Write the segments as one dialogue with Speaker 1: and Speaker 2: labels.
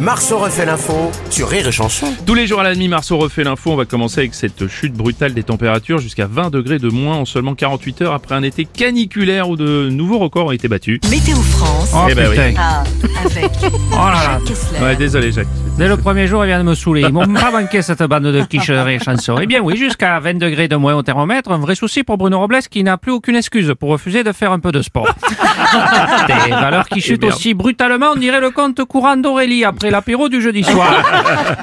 Speaker 1: Marceau refait l'info sur Rire et Chanson.
Speaker 2: Tous les jours à la demi, Marceau refait l'info. On va commencer avec cette chute brutale des températures jusqu'à 20 degrés de moins en seulement 48 heures après un été caniculaire où de nouveaux records ont été battus.
Speaker 3: Météo
Speaker 4: Oh.
Speaker 3: France
Speaker 2: eh ben oui.
Speaker 3: ah, avec Jacques Kessler.
Speaker 2: Ouais, désolé Jacques.
Speaker 4: Dès le premier jour, elle vient de me saouler. Ils m'ont pas manqué cette bande de quicheurs et chansons. Eh bien oui, jusqu'à 20 degrés de moins au thermomètre, un vrai souci pour Bruno Robles qui n'a plus aucune excuse pour refuser de faire un peu de sport. Des valeurs qui chutent
Speaker 2: merde.
Speaker 4: aussi brutalement, on dirait le compte courant d'Aurélie après l'apéro du jeudi soir.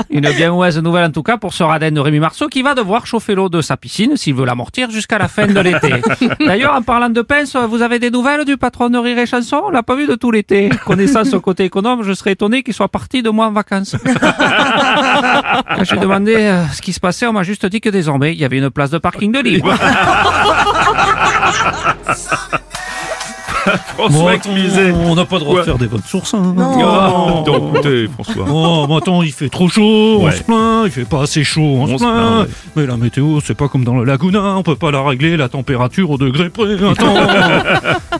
Speaker 4: Une bien mauvaise nouvelle en tout cas pour ce radin de Rémi Marceau qui va devoir chauffer l'eau de sa piscine s'il veut l'amortir jusqu'à la fin de l'été. D'ailleurs, en parlant de pince, vous avez des nouvelles du patron de Rire et Chanson On l'a pas vu de tout l'été. Connaissant son côté économe, je serais étonné qu'il soit parti de moi en vacances. Quand j'ai demandé euh, ce qui se passait, on m'a juste dit que désormais, il y avait une place de parking de libre.
Speaker 5: Oh,
Speaker 2: François Cluzet.
Speaker 5: on n'a pas le droit
Speaker 2: Ouais.
Speaker 5: de faire des bonnes sources. hein.
Speaker 2: Oh, donc, écoutez, François.
Speaker 5: Oh, mais attends, il fait trop chaud,
Speaker 2: Ouais.
Speaker 5: on se plaint, il fait pas assez chaud, on,
Speaker 2: On
Speaker 5: se
Speaker 2: se plaint,
Speaker 5: plaint.
Speaker 2: ouais.
Speaker 5: Mais la météo, c'est pas comme dans le Laguna, on peut pas la régler, la température au degré près. Attends,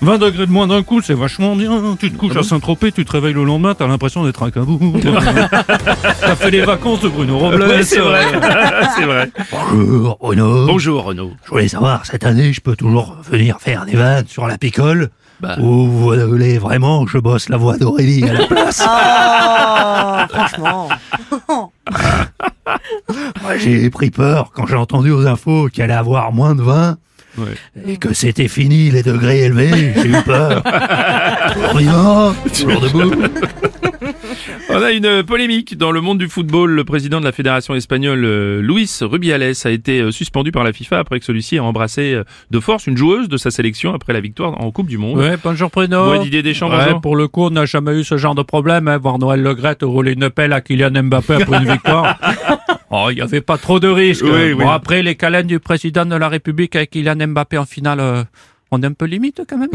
Speaker 5: 20 degrés de moins d'un coup, c'est vachement bien. Tu te couches à Saint-Tropez, tu te réveilles le lendemain, t'as l'impression d'être un cabou. t'as fait les vacances de Bruno Robles.
Speaker 2: Ouais, c'est vrai. c'est vrai.
Speaker 6: Bonjour Bruno,
Speaker 2: Bonjour Renaud.
Speaker 6: je voulais savoir, cette année je peux toujours venir faire des vannes sur la picole Ou vous voulez vraiment que je bosse la voix d'Aurélie à la place Moi j'ai pris peur quand j'ai entendu aux infos qu'il allait avoir moins de 20 et que c'était fini les degrés élevés, j'ai eu peur. toujours vivant, toujours debout.
Speaker 2: On a une polémique dans le monde du football. Le président de la fédération espagnole, euh, Luis Rubiales, a été euh, suspendu par la FIFA après que celui-ci ait embrassé euh, de force une joueuse de sa sélection après la victoire en Coupe du Monde.
Speaker 5: Ouais, bonjour Bruno.
Speaker 2: Ouais, Didier Deschamps,
Speaker 5: Ouais,
Speaker 2: bonjour.
Speaker 5: pour le coup, on n'a jamais eu ce genre de problème, hein, voir Noël Le Gret rouler une pelle à Kylian Mbappé après une victoire. Oh, il n'y avait pas trop de risques.
Speaker 2: Oui,
Speaker 5: bon,
Speaker 2: oui.
Speaker 5: après, les calènes du président de la République avec Kylian Mbappé en finale, euh, on est un peu limite quand même.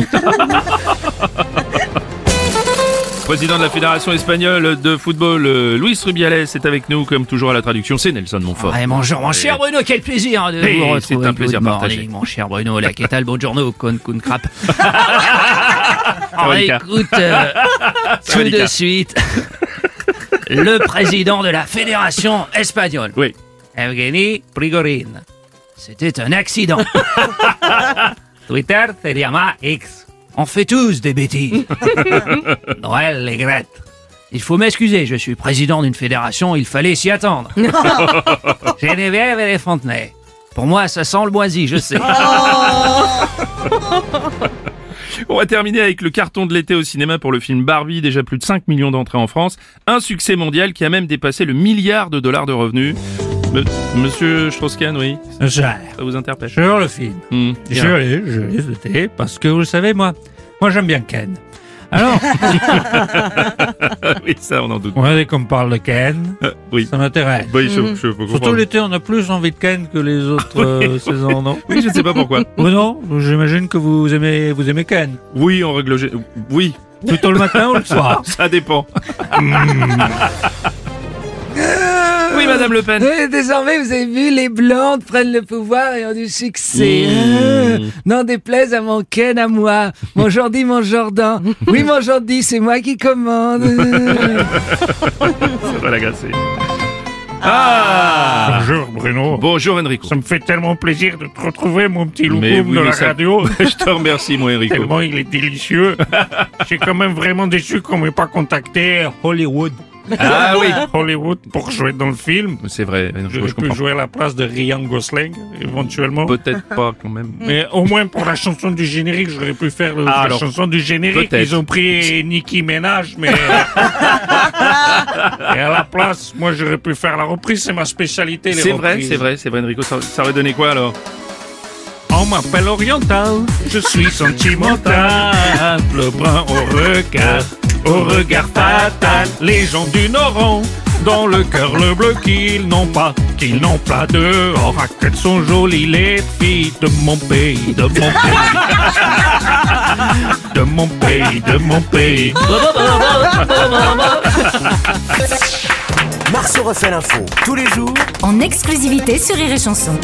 Speaker 2: Président de la Fédération espagnole de football, euh, Luis Rubiales, est avec nous, comme toujours à la traduction, c'est Nelson Montfort.
Speaker 4: Ouais, bonjour mon cher Bruno, quel plaisir de
Speaker 2: Eh,
Speaker 4: vous
Speaker 2: c'est
Speaker 4: retrouver.
Speaker 2: un plaisir
Speaker 4: Good
Speaker 2: partagé.
Speaker 4: morning, Mon cher Bruno, la quest bonjour con con crap. Alors
Speaker 2: Monica.
Speaker 4: écoute, euh, tout de
Speaker 2: Monica.
Speaker 4: suite, le président de la fédération espagnole,
Speaker 2: Oui.
Speaker 4: Evgeny Prigorine. C'était un accident. Twitter se llama X. On fait tous des bêtises. Noël les Grettes. Il faut m'excuser, je suis président d'une fédération, il fallait s'y attendre. Geneviève et les Fontenay. Pour moi, ça sent le moisi, je sais.
Speaker 2: On va terminer avec le carton de l'été au cinéma pour le film Barbie, déjà plus de 5 millions d'entrées en France, un succès mondial qui a même dépassé le milliard de dollars de revenus. Me- Monsieur Strauss-Kahn, oui, ça vous interpelle
Speaker 5: Sur le film.
Speaker 2: Hmm,
Speaker 5: Je
Speaker 2: bien.
Speaker 5: l'ai, je l'ai voté, parce que vous le savez, moi, moi j'aime bien Ken. Alors,
Speaker 2: Oui, ça, on en doute.
Speaker 5: regardez qu'on parle de Ken,
Speaker 2: Euh, oui.
Speaker 5: ça m'intéresse.
Speaker 2: Oui, je, je peux comprendre.
Speaker 5: Surtout l'été, on a plus envie de Ken que les autres euh, saisons, non
Speaker 2: Oui, je ne sais pas pourquoi.
Speaker 5: Bruno, j'imagine que vous aimez, vous aimez Ken.
Speaker 2: Oui, en règle gé- Oui,
Speaker 5: Plutôt le matin ou le soir
Speaker 2: ça dépend. oui, Madame Le Pen.
Speaker 7: Oui, Euh, désormais, vous avez vu, les blondes prennent le pouvoir et ont du succès. Euh,
Speaker 2: Mmh.
Speaker 7: N'en déplaise à mon Ken, à moi. Mon Jordi, mon Jordan. Oui, mon Jordi, c'est moi qui commande. Euh.
Speaker 2: Ça va l'agacer. Ah
Speaker 5: Bonjour Bruno.
Speaker 2: Bonjour Enrico.
Speaker 5: Ça me fait tellement plaisir de te retrouver, mon petit loup
Speaker 2: Mais oui,
Speaker 5: de
Speaker 2: mais
Speaker 5: la
Speaker 2: ça-
Speaker 5: radio.
Speaker 2: Je te remercie, moi, Enrico.
Speaker 5: Tellement il est délicieux. J'ai quand même vraiment déçu qu'on m'ait pas contacté à Hollywood.
Speaker 2: Ah oui
Speaker 5: Hollywood pour jouer dans le film.
Speaker 2: C'est vrai, non, je,
Speaker 5: J'aurais
Speaker 2: je
Speaker 5: pu
Speaker 2: comprends.
Speaker 5: jouer à la place de Ryan Gosling, éventuellement.
Speaker 2: Peut-être pas, quand même.
Speaker 5: Mais au moins pour la chanson du générique, j'aurais pu faire le-
Speaker 2: Mm. Ah,
Speaker 5: la
Speaker 2: alors,
Speaker 5: chanson du générique.
Speaker 2: peut-être.
Speaker 5: Ils ont pris Nicki Ménage, mais. Et à la place, moi j'aurais pu faire la reprise, c'est ma spécialité. les
Speaker 2: C'est vrai,
Speaker 5: reprises.
Speaker 2: c'est vrai, c'est vrai, Enrico. Ça, ça aurait donné quoi, alors
Speaker 5: On m'appelle Oriental, je suis sentimental, le brun au regard, au regard fatal. Les gens du Nord ont dans le cœur le bleu qu'ils n'ont pas, qu'ils n'ont pas dehors. Ah, qu'elles sont jolies les filles de mon pays, de mon pays. De mon pays, de mon pays.
Speaker 1: Marceau refait l'info tous les jours
Speaker 3: En exclusivité sur Rire et Chanson.